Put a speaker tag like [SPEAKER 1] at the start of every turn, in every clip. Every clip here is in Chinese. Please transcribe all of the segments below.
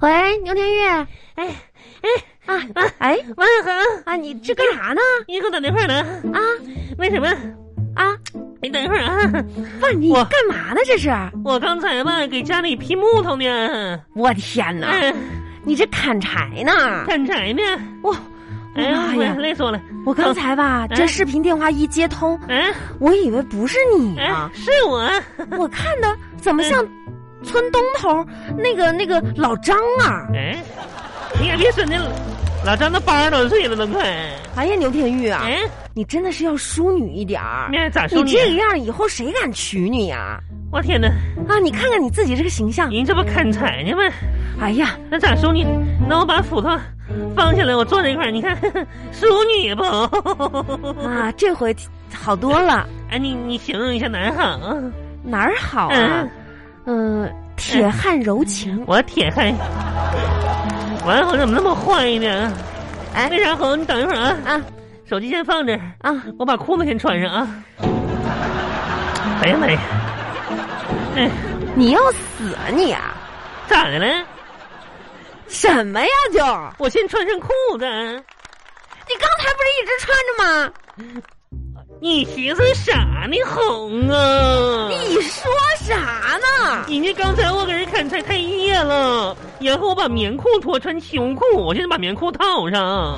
[SPEAKER 1] 喂，牛天玉，
[SPEAKER 2] 哎哎
[SPEAKER 1] 啊啊
[SPEAKER 2] 哎，王小恒，
[SPEAKER 1] 啊，你这干啥呢？
[SPEAKER 2] 你给我等一会儿呢？
[SPEAKER 1] 啊
[SPEAKER 2] 为什么？
[SPEAKER 1] 啊，
[SPEAKER 2] 你等一会儿啊！
[SPEAKER 1] 不是你
[SPEAKER 2] 我
[SPEAKER 1] 干嘛呢？这是？
[SPEAKER 2] 我刚才吧给家里劈木头呢，
[SPEAKER 1] 我天哪，
[SPEAKER 2] 嗯，
[SPEAKER 1] 你这砍柴呢？
[SPEAKER 2] 砍柴呢。
[SPEAKER 1] 我，
[SPEAKER 2] 哎呀，
[SPEAKER 1] 妈呀
[SPEAKER 2] 我累死我了！
[SPEAKER 1] 我刚才吧，
[SPEAKER 2] 哎
[SPEAKER 1] 这视频电话一接通，
[SPEAKER 2] 哎
[SPEAKER 1] 我以为不是你
[SPEAKER 2] 哎
[SPEAKER 1] 呢，，
[SPEAKER 2] 是我，
[SPEAKER 1] 我看的怎么
[SPEAKER 2] 嗯
[SPEAKER 1] 像村东头那个那个老张啊？
[SPEAKER 2] 哎，你也别说那老张都八十多岁了，都快。
[SPEAKER 1] 哎呀，牛天玉啊，
[SPEAKER 2] 哎，
[SPEAKER 1] 你真的是要淑女一点儿，
[SPEAKER 2] 那咋说
[SPEAKER 1] 你这个样儿以后谁敢娶你呀、
[SPEAKER 2] 我天哪，
[SPEAKER 1] 啊，你看看你自己这个形象，
[SPEAKER 2] 您这不砍柴呢吗？
[SPEAKER 1] 哎呀，
[SPEAKER 2] 那咋说你？那我把斧头放下来，我坐这块儿，你看，呵呵淑女不？
[SPEAKER 1] 啊，这回好多了，
[SPEAKER 2] 哎，你你形容一下男好啊？
[SPEAKER 1] 哪儿好啊？嗯、铁汉柔情，
[SPEAKER 2] 我铁汉，王猴怎么那么坏呢？
[SPEAKER 1] 哎
[SPEAKER 2] 那啥猴，你等一会儿啊，
[SPEAKER 1] 啊
[SPEAKER 2] 手机先放这儿，
[SPEAKER 1] 啊，
[SPEAKER 2] 我把裤子先穿上啊。哎呀妈呀！哎，
[SPEAKER 1] 你要死啊你啊！
[SPEAKER 2] 咋的了？
[SPEAKER 1] 什么呀就？
[SPEAKER 2] 我先穿上裤子，
[SPEAKER 1] 你刚才不是一直穿着吗？
[SPEAKER 2] 你寻思啥呢，红啊？
[SPEAKER 1] 你说啥呢？
[SPEAKER 2] 你那刚才我给人砍柴太夜了，然后我把棉裤脱穿秋裤，我现在把棉裤套上。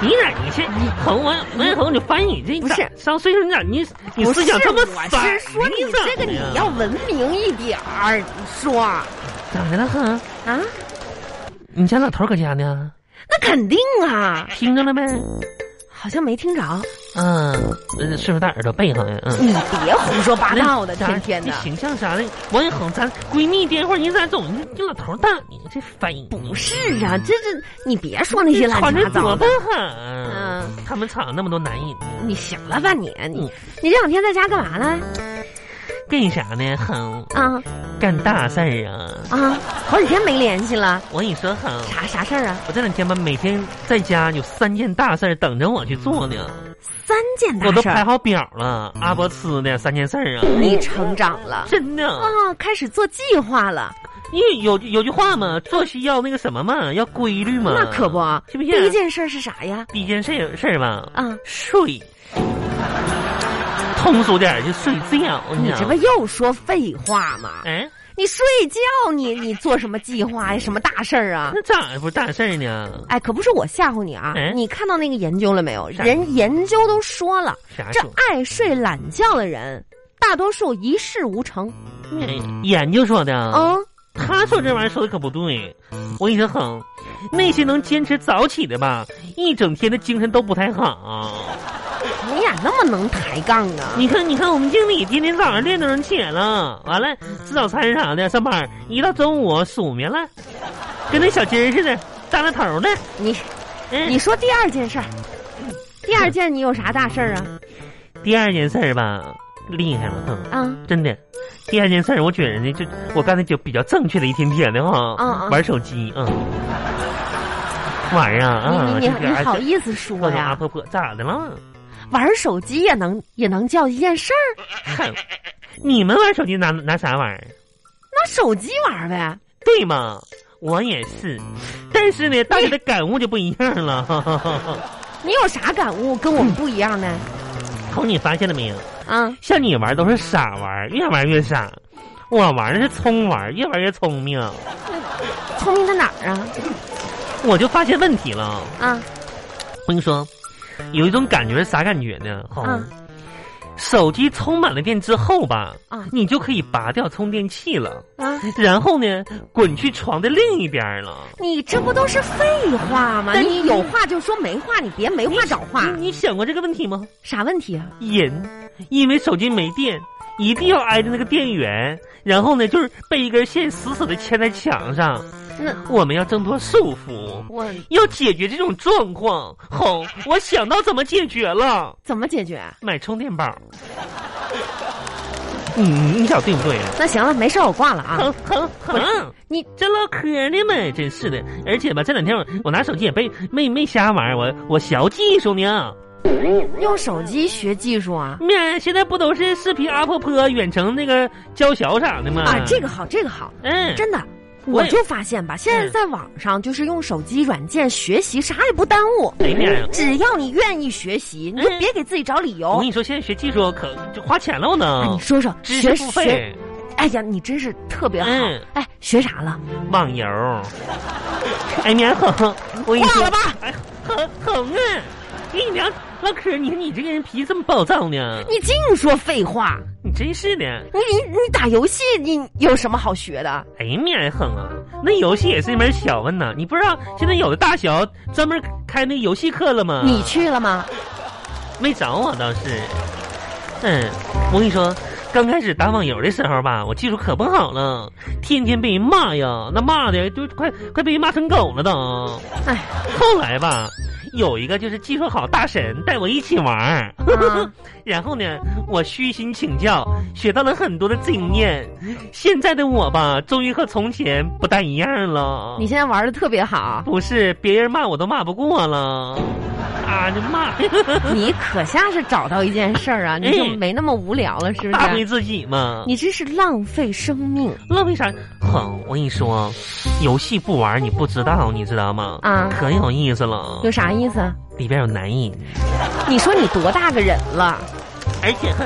[SPEAKER 2] 你咋你这红王王红，你翻译这
[SPEAKER 1] 不是
[SPEAKER 2] 咋上岁数你咋你你
[SPEAKER 1] 不
[SPEAKER 2] 思
[SPEAKER 1] 是，
[SPEAKER 2] 想这么
[SPEAKER 1] 我是
[SPEAKER 2] 散
[SPEAKER 1] 说你
[SPEAKER 2] 咋
[SPEAKER 1] 这个
[SPEAKER 2] 的
[SPEAKER 1] 你
[SPEAKER 2] 呀
[SPEAKER 1] 要文明一点儿，你说啊？
[SPEAKER 2] 咋的了哈？你家老头搁家呢？
[SPEAKER 1] 那肯定啊，
[SPEAKER 2] 听着了没？
[SPEAKER 1] 好像没听着。
[SPEAKER 2] 嗯，呃是不是大耳朵背上呀？嗯。
[SPEAKER 1] 你别胡说八道的，
[SPEAKER 2] 那
[SPEAKER 1] 天天的
[SPEAKER 2] 这。形象啥的，王一恒，咱闺蜜电话，你咋总这老头大？你这反应
[SPEAKER 1] 不是啊，这这你别说那些乱
[SPEAKER 2] 穿
[SPEAKER 1] 七
[SPEAKER 2] 着
[SPEAKER 1] 八糟
[SPEAKER 2] 多不
[SPEAKER 1] 的。
[SPEAKER 2] 好
[SPEAKER 1] 嗯，
[SPEAKER 2] 他们厂那么多男人，
[SPEAKER 1] 你行了吧你你
[SPEAKER 2] 嗯
[SPEAKER 1] 你这两天在家干嘛了？
[SPEAKER 2] 干啥呢？哼，
[SPEAKER 1] 啊
[SPEAKER 2] 干大事儿啊！
[SPEAKER 1] 啊，好几天没联系了，
[SPEAKER 2] 我跟你说，哼，
[SPEAKER 1] 啥啥事儿啊？
[SPEAKER 2] 我这两天吧，每天在家有三件大事儿等着我去做呢，
[SPEAKER 1] 三件大
[SPEAKER 2] 我都
[SPEAKER 1] 嗯事
[SPEAKER 2] 排
[SPEAKER 1] 儿，
[SPEAKER 2] 好表了。阿波斯的三件事儿啊，
[SPEAKER 1] 你成长了
[SPEAKER 2] 真的。
[SPEAKER 1] 啊，开始做计划了，
[SPEAKER 2] 因为有有句话嘛，做事要那个什么嘛，要规律嘛。
[SPEAKER 1] 那可不，
[SPEAKER 2] 是嗯不是？
[SPEAKER 1] 第一件事儿是啥呀？
[SPEAKER 2] 第一件事儿事儿吧，
[SPEAKER 1] 啊，
[SPEAKER 2] 睡。通俗点儿就睡觉，
[SPEAKER 1] 你这
[SPEAKER 2] 知道
[SPEAKER 1] 不
[SPEAKER 2] 吗？
[SPEAKER 1] 又说废话吗？
[SPEAKER 2] 哎，嗯
[SPEAKER 1] 你睡觉你你做什么计划呀？什么大事儿啊？
[SPEAKER 2] 那咋不是大事儿呢？
[SPEAKER 1] 哎，可不是我吓唬你啊！
[SPEAKER 2] 嗯
[SPEAKER 1] 你看到那个研究了没有？
[SPEAKER 2] 啥
[SPEAKER 1] 人研究都说了，
[SPEAKER 2] 啥
[SPEAKER 1] 这
[SPEAKER 2] 说？
[SPEAKER 1] 爱睡懒觉的人，大多数一事无成。
[SPEAKER 2] 嗯研究说的啊。
[SPEAKER 1] 嗯，
[SPEAKER 2] 他说这玩意儿说的可不对，我跟你说哼，那些能坚持早起的吧，一整天的精神都不太好。
[SPEAKER 1] 你咋那么能抬杠啊？
[SPEAKER 2] 你看，你看，我们经理今天早上六点钟起来了，完了吃早餐啥的，上班一到中午数绵了，跟那小鸡儿似的，耷拉头的。
[SPEAKER 1] 你
[SPEAKER 2] 嗯，
[SPEAKER 1] 你说第二件事儿，第二件你有啥大事儿啊？
[SPEAKER 2] 第二件事儿吧，厉害了，哼，
[SPEAKER 1] 啊，
[SPEAKER 2] 真的。第二件事儿，我觉着呢，就我刚才就比较正确的一天天的哈，
[SPEAKER 1] 嗯嗯
[SPEAKER 2] 玩手机，嗯，玩儿啊，啊，
[SPEAKER 1] 你你
[SPEAKER 2] 这
[SPEAKER 1] 你
[SPEAKER 2] 个
[SPEAKER 1] 你
[SPEAKER 2] 哎
[SPEAKER 1] 好
[SPEAKER 2] 这
[SPEAKER 1] 意思说
[SPEAKER 2] 各种阿啊
[SPEAKER 1] 呀？
[SPEAKER 2] 婆婆咋的了？
[SPEAKER 1] 玩手机也能也能叫一件事儿？
[SPEAKER 2] 哼，你们玩手机拿拿啥玩？
[SPEAKER 1] 拿手机玩呗。
[SPEAKER 2] 对吗？我也是，但是呢，大家的感悟就不一样了。
[SPEAKER 1] 你有啥感悟跟我们不一样呢？
[SPEAKER 2] 头，你发现了没有？
[SPEAKER 1] 啊，
[SPEAKER 2] 像你玩都是傻玩，越玩越傻；我玩的是聪玩，越玩越聪明。
[SPEAKER 1] 聪明在哪儿啊？
[SPEAKER 2] 我就发现问题了。
[SPEAKER 1] 啊，
[SPEAKER 2] 我跟你说，有一种感觉是啥感觉呢？哈、
[SPEAKER 1] 嗯
[SPEAKER 2] 手机充满了电之后吧，
[SPEAKER 1] 啊
[SPEAKER 2] 你就可以拔掉充电器了，
[SPEAKER 1] 啊，
[SPEAKER 2] 然后呢，滚去床的另一边了。
[SPEAKER 1] 你这不都是废话吗？
[SPEAKER 2] 但
[SPEAKER 1] 你
[SPEAKER 2] 你
[SPEAKER 1] 有话就说，没话你别没话找话。
[SPEAKER 2] 你你想过这个问题吗？
[SPEAKER 1] 啥问题啊？
[SPEAKER 2] 人因为手机没电，一定要挨着那个电源，然后呢，就是被一根线死死的牵在墙上。
[SPEAKER 1] 那
[SPEAKER 2] 我们要挣脱束缚，
[SPEAKER 1] 我
[SPEAKER 2] 要解决这种状况。吼，我想到怎么解决了，
[SPEAKER 1] 怎么解决？啊
[SPEAKER 2] 买充电 宝。嗯，你想对不对？
[SPEAKER 1] 那行了，没事儿，我挂了啊。
[SPEAKER 2] 哼哼哼！
[SPEAKER 1] 你
[SPEAKER 2] 这唠嗑呢嘛，真是的。而且吧，这两天我我拿手机也被没没瞎玩，我我学技术呢。
[SPEAKER 1] 用手机学技术啊？
[SPEAKER 2] 面现在不都是视频 UP 坡远程那个教学啥的吗？
[SPEAKER 1] 啊啊，这个好，这个好，
[SPEAKER 2] 嗯，
[SPEAKER 1] 真的。我
[SPEAKER 2] 也
[SPEAKER 1] 就发现吧，现在
[SPEAKER 2] 嗯
[SPEAKER 1] 在网上就是用手机软件学习，啥也不耽误。
[SPEAKER 2] 哎呀
[SPEAKER 1] 只要你愿意学习，你就
[SPEAKER 2] 嗯
[SPEAKER 1] 别给自己找理
[SPEAKER 2] 我
[SPEAKER 1] 由
[SPEAKER 2] 跟。你说，现在学技术可就花钱了呢。
[SPEAKER 1] 哦哎，你说说，
[SPEAKER 2] 嗯知
[SPEAKER 1] 学
[SPEAKER 2] 识付
[SPEAKER 1] 学，
[SPEAKER 2] 费，
[SPEAKER 1] 哎呀，你真是特别好
[SPEAKER 2] 嗯。
[SPEAKER 1] 哎，学啥了？
[SPEAKER 2] 网游。哎，棉恒，我跟你
[SPEAKER 1] 挂
[SPEAKER 2] 说
[SPEAKER 1] 了吧
[SPEAKER 2] 哎，恒恒啊，跟你聊唠嗑儿，你看你这个人脾气这么暴躁呢，
[SPEAKER 1] 你净说废话。
[SPEAKER 2] 你真是的。
[SPEAKER 1] 你你你打游戏，你有什么好学的？
[SPEAKER 2] 哎呀妈呀，恒啊，那游戏也是一门学问呐。你不知道现在有的大学专门开那游戏课了吗？
[SPEAKER 1] 你去了 吗？
[SPEAKER 2] 没找我倒是。嗯，我跟你说，刚开始打网游的时候吧，我技术可不好了，天天被人骂呀，那骂的都快快被人骂成狗了都。
[SPEAKER 1] 哎，
[SPEAKER 2] 后来吧，有一个就是技术好大神带我一起玩儿，
[SPEAKER 1] 啊
[SPEAKER 2] 然后呢，我虚心请教，学到了很多的经验。现在的我吧，终于和从前不大一样了。
[SPEAKER 1] 你现在玩的特别好，
[SPEAKER 2] 不是别人骂我都骂不过了，啊，就骂。
[SPEAKER 1] 你可像是找到一件事儿
[SPEAKER 2] 哎
[SPEAKER 1] 啊，你就没那么无聊了，是不
[SPEAKER 2] 发挥
[SPEAKER 1] 是？
[SPEAKER 2] 自己嘛。
[SPEAKER 1] 你真是浪费生命
[SPEAKER 2] 浪费啥？哼，我跟你说，游戏不玩你不知道，你知道吗？
[SPEAKER 1] 啊！
[SPEAKER 2] 可有意思了
[SPEAKER 1] 有，啥意思？
[SPEAKER 2] 里边有男人，
[SPEAKER 1] 你说你多大个人了？
[SPEAKER 2] 而哎且哼，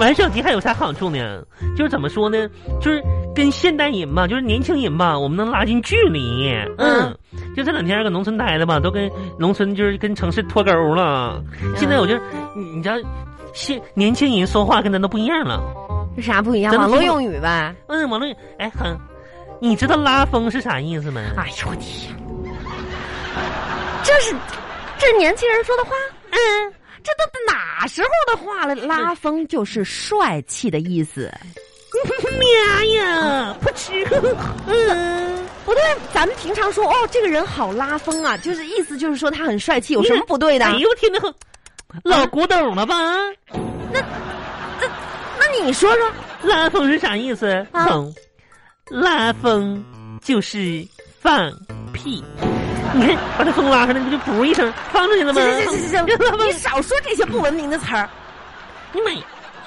[SPEAKER 2] 玩手机还有啥好处呢？就是怎么说呢？就是跟现代人吧，就是年轻人吧，我们能拉近距离。嗯，就这两天搁农村待的吧，都跟农村就是跟城市脱钩了。现在我就，你你知道，现年轻人说话跟咱都不一样了。
[SPEAKER 1] 有啥不一样？
[SPEAKER 2] 咱们
[SPEAKER 1] 网络
[SPEAKER 2] 听不
[SPEAKER 1] 用语呗。
[SPEAKER 2] 嗯，网络，哎哼，你知道拉风是啥意思吗？
[SPEAKER 1] 哎呦我天，这是这是年轻人说的话？嗯，这都哪时候的话了？拉风就是帅气的意 思。
[SPEAKER 2] 妈呀，不吃，嗯，
[SPEAKER 1] 不对，咱们平常说哦，这个人好拉风啊，就是意思就是说他很帅气，有什么不对的？啊
[SPEAKER 2] 哎呦我天呐，老古董了吧？
[SPEAKER 1] 那你说说，
[SPEAKER 2] 拉风是啥意思？
[SPEAKER 1] 啊
[SPEAKER 2] 哼，拉风就是放屁。你看，把这风拉开了，你不就噗一声放出去了吗？
[SPEAKER 1] 行行行行
[SPEAKER 2] 拉
[SPEAKER 1] 行，
[SPEAKER 2] 风
[SPEAKER 1] 你少说这些不文明的词儿，
[SPEAKER 2] 你妈呀，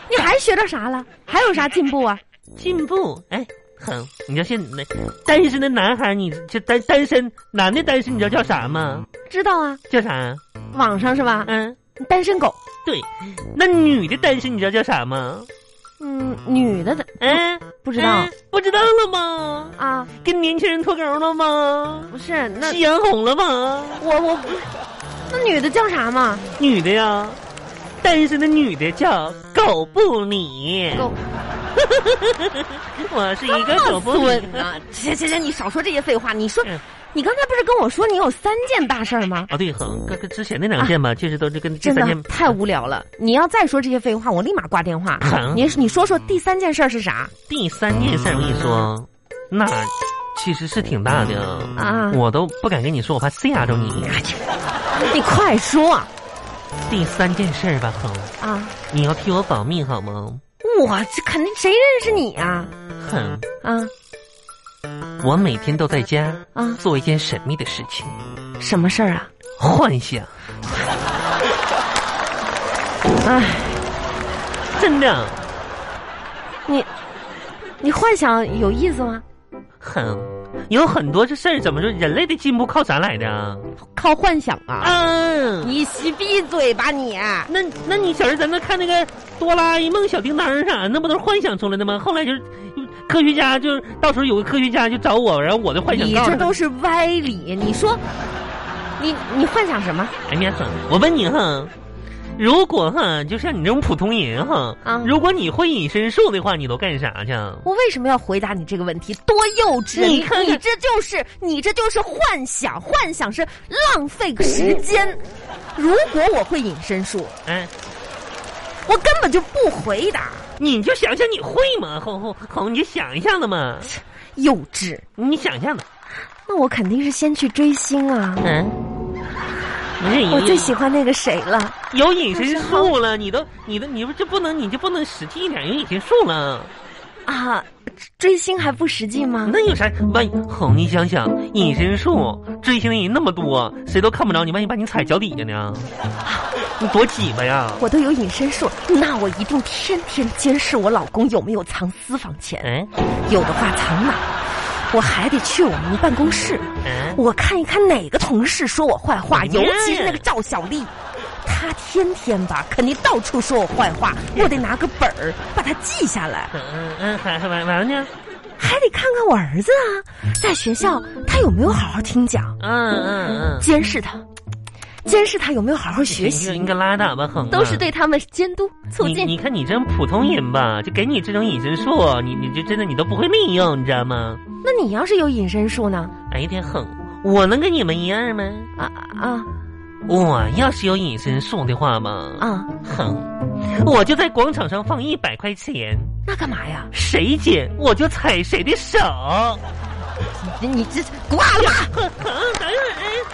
[SPEAKER 1] 你还学到啥了？还有啥进步啊？
[SPEAKER 2] 进步！哎，哼，你知道现在单身的男孩，你就单单身男的单身，你知道叫啥吗？
[SPEAKER 1] 知道啊，
[SPEAKER 2] 叫啥？
[SPEAKER 1] 网上是吧？
[SPEAKER 2] 嗯，
[SPEAKER 1] 单身狗，
[SPEAKER 2] 对。那女的单身，你知道叫啥吗？
[SPEAKER 1] 嗯，女的的
[SPEAKER 2] 嗯，
[SPEAKER 1] 不知道
[SPEAKER 2] 嗯不知道了吗？
[SPEAKER 1] 啊，
[SPEAKER 2] 跟年轻人脱钩了吗？
[SPEAKER 1] 不是那
[SPEAKER 2] 夕阳红了吗？
[SPEAKER 1] 我我那女的叫啥嘛？
[SPEAKER 2] 女的呀，单身的女的叫狗不理。
[SPEAKER 1] 狗，
[SPEAKER 2] 我是一个狗不理。
[SPEAKER 1] 孙啊！行行行，你少说这些废话。你说
[SPEAKER 2] 嗯，
[SPEAKER 1] 你刚才不是跟我说你有三件大事儿吗？
[SPEAKER 2] 啊，对，哼，跟跟之前那两件吧，确实都是跟这
[SPEAKER 1] 真
[SPEAKER 2] 三件
[SPEAKER 1] 的。太无聊了！你要再说这些废话，我立马挂电话。
[SPEAKER 2] 哼
[SPEAKER 1] 你你说说第三件事儿是啥
[SPEAKER 2] 第三件事儿，我跟你说，那其实是挺大的，
[SPEAKER 1] 啊？
[SPEAKER 2] 我都不敢跟你说，我怕吓着你。
[SPEAKER 1] 你快说
[SPEAKER 2] 第三件事儿吧，哼，
[SPEAKER 1] 啊！
[SPEAKER 2] 你要替我保密好吗？
[SPEAKER 1] 我这肯定谁认识你啊？
[SPEAKER 2] 哼，
[SPEAKER 1] 啊
[SPEAKER 2] 我每天都在家
[SPEAKER 1] 啊！
[SPEAKER 2] 做一件神秘的事情，
[SPEAKER 1] 什么事儿啊？
[SPEAKER 2] 幻想。
[SPEAKER 1] 唉，
[SPEAKER 2] 真的，
[SPEAKER 1] 你你幻想有意思吗？
[SPEAKER 2] 很有很多这事儿，怎么说？人类的进步靠啥来的啊？
[SPEAKER 1] 靠幻想啊！
[SPEAKER 2] 嗯，
[SPEAKER 1] 你洗闭嘴吧你！
[SPEAKER 2] 那那你小时候咱们看那个哆啦 A 梦、小叮当啥，那不都是幻想出来的吗？后来就是科学家，就是到时候有个科学家就找我，然后我的幻想
[SPEAKER 1] 你
[SPEAKER 2] 告诉
[SPEAKER 1] 这
[SPEAKER 2] 他。
[SPEAKER 1] 都是歪理！你说你你幻想什么？
[SPEAKER 2] 哎呀，哼我问你哈，如果哈，就像你这种普通人哈，
[SPEAKER 1] 啊
[SPEAKER 2] 如果你会隐身术的话，你都干啥去啊？
[SPEAKER 1] 我为什么要回答你这个问题？多幼稚！
[SPEAKER 2] 你
[SPEAKER 1] 你
[SPEAKER 2] 看看
[SPEAKER 1] 你这就是你这就是幻想，幻想是浪费时间。如果我会隐身术，
[SPEAKER 2] 哎，
[SPEAKER 1] 我根本就不回答。
[SPEAKER 2] 你就想想你会吗？吼吼吼，你就想一下子嘛，
[SPEAKER 1] 幼稚，
[SPEAKER 2] 你想象的，
[SPEAKER 1] 那我肯定是先去追星啊！
[SPEAKER 2] 嗯，不是
[SPEAKER 1] 我
[SPEAKER 2] 你
[SPEAKER 1] 最喜欢那个谁了，
[SPEAKER 2] 有隐身术了，你都你都你不就不能你就不能实际一点有隐身术了？
[SPEAKER 1] 啊！追星还不实际吗？
[SPEAKER 2] 那有啥？万一哼，你想想，隐身术追星的人那么多，谁都看不着你，万一把你踩脚底下呢？你多挤巴呀！
[SPEAKER 1] 我都有隐身术，那我一定天天监视我老公有没有藏私房钱，
[SPEAKER 2] 哎，
[SPEAKER 1] 有的话藏哪儿，我还得去我们办公室，
[SPEAKER 2] 嗯，
[SPEAKER 1] 我看一看哪个同事说我坏话，
[SPEAKER 2] 嗯
[SPEAKER 1] 尤其是那个赵小丽，她天天吧，肯定到处说我坏话，我得拿个本儿把它记下来，
[SPEAKER 2] 嗯嗯，还还完完了呢，
[SPEAKER 1] 还得看看我儿子啊，在学校他有没有好好听讲，
[SPEAKER 2] 嗯嗯嗯，
[SPEAKER 1] 监视他，监视他有没有好好学
[SPEAKER 2] 你
[SPEAKER 1] 习
[SPEAKER 2] 你，可拉倒吧，哼啊，
[SPEAKER 1] 都是对他们监督促
[SPEAKER 2] 你
[SPEAKER 1] 进。
[SPEAKER 2] 你看你这普通人吧，就给你这种隐身术，你你就真的你都不会利用，你知道吗？
[SPEAKER 1] 那你要是有隐身术呢？
[SPEAKER 2] 哎呀天哼，我能跟你们一样吗？
[SPEAKER 1] 啊啊
[SPEAKER 2] 我要是有隐身术的话嘛，
[SPEAKER 1] 啊！
[SPEAKER 2] 哼，我就在广场上放一百块钱，
[SPEAKER 1] 那干嘛呀？
[SPEAKER 2] 谁捡我就踩谁的手。
[SPEAKER 1] 你你这挂了吧！
[SPEAKER 2] 哼哼，等会儿哎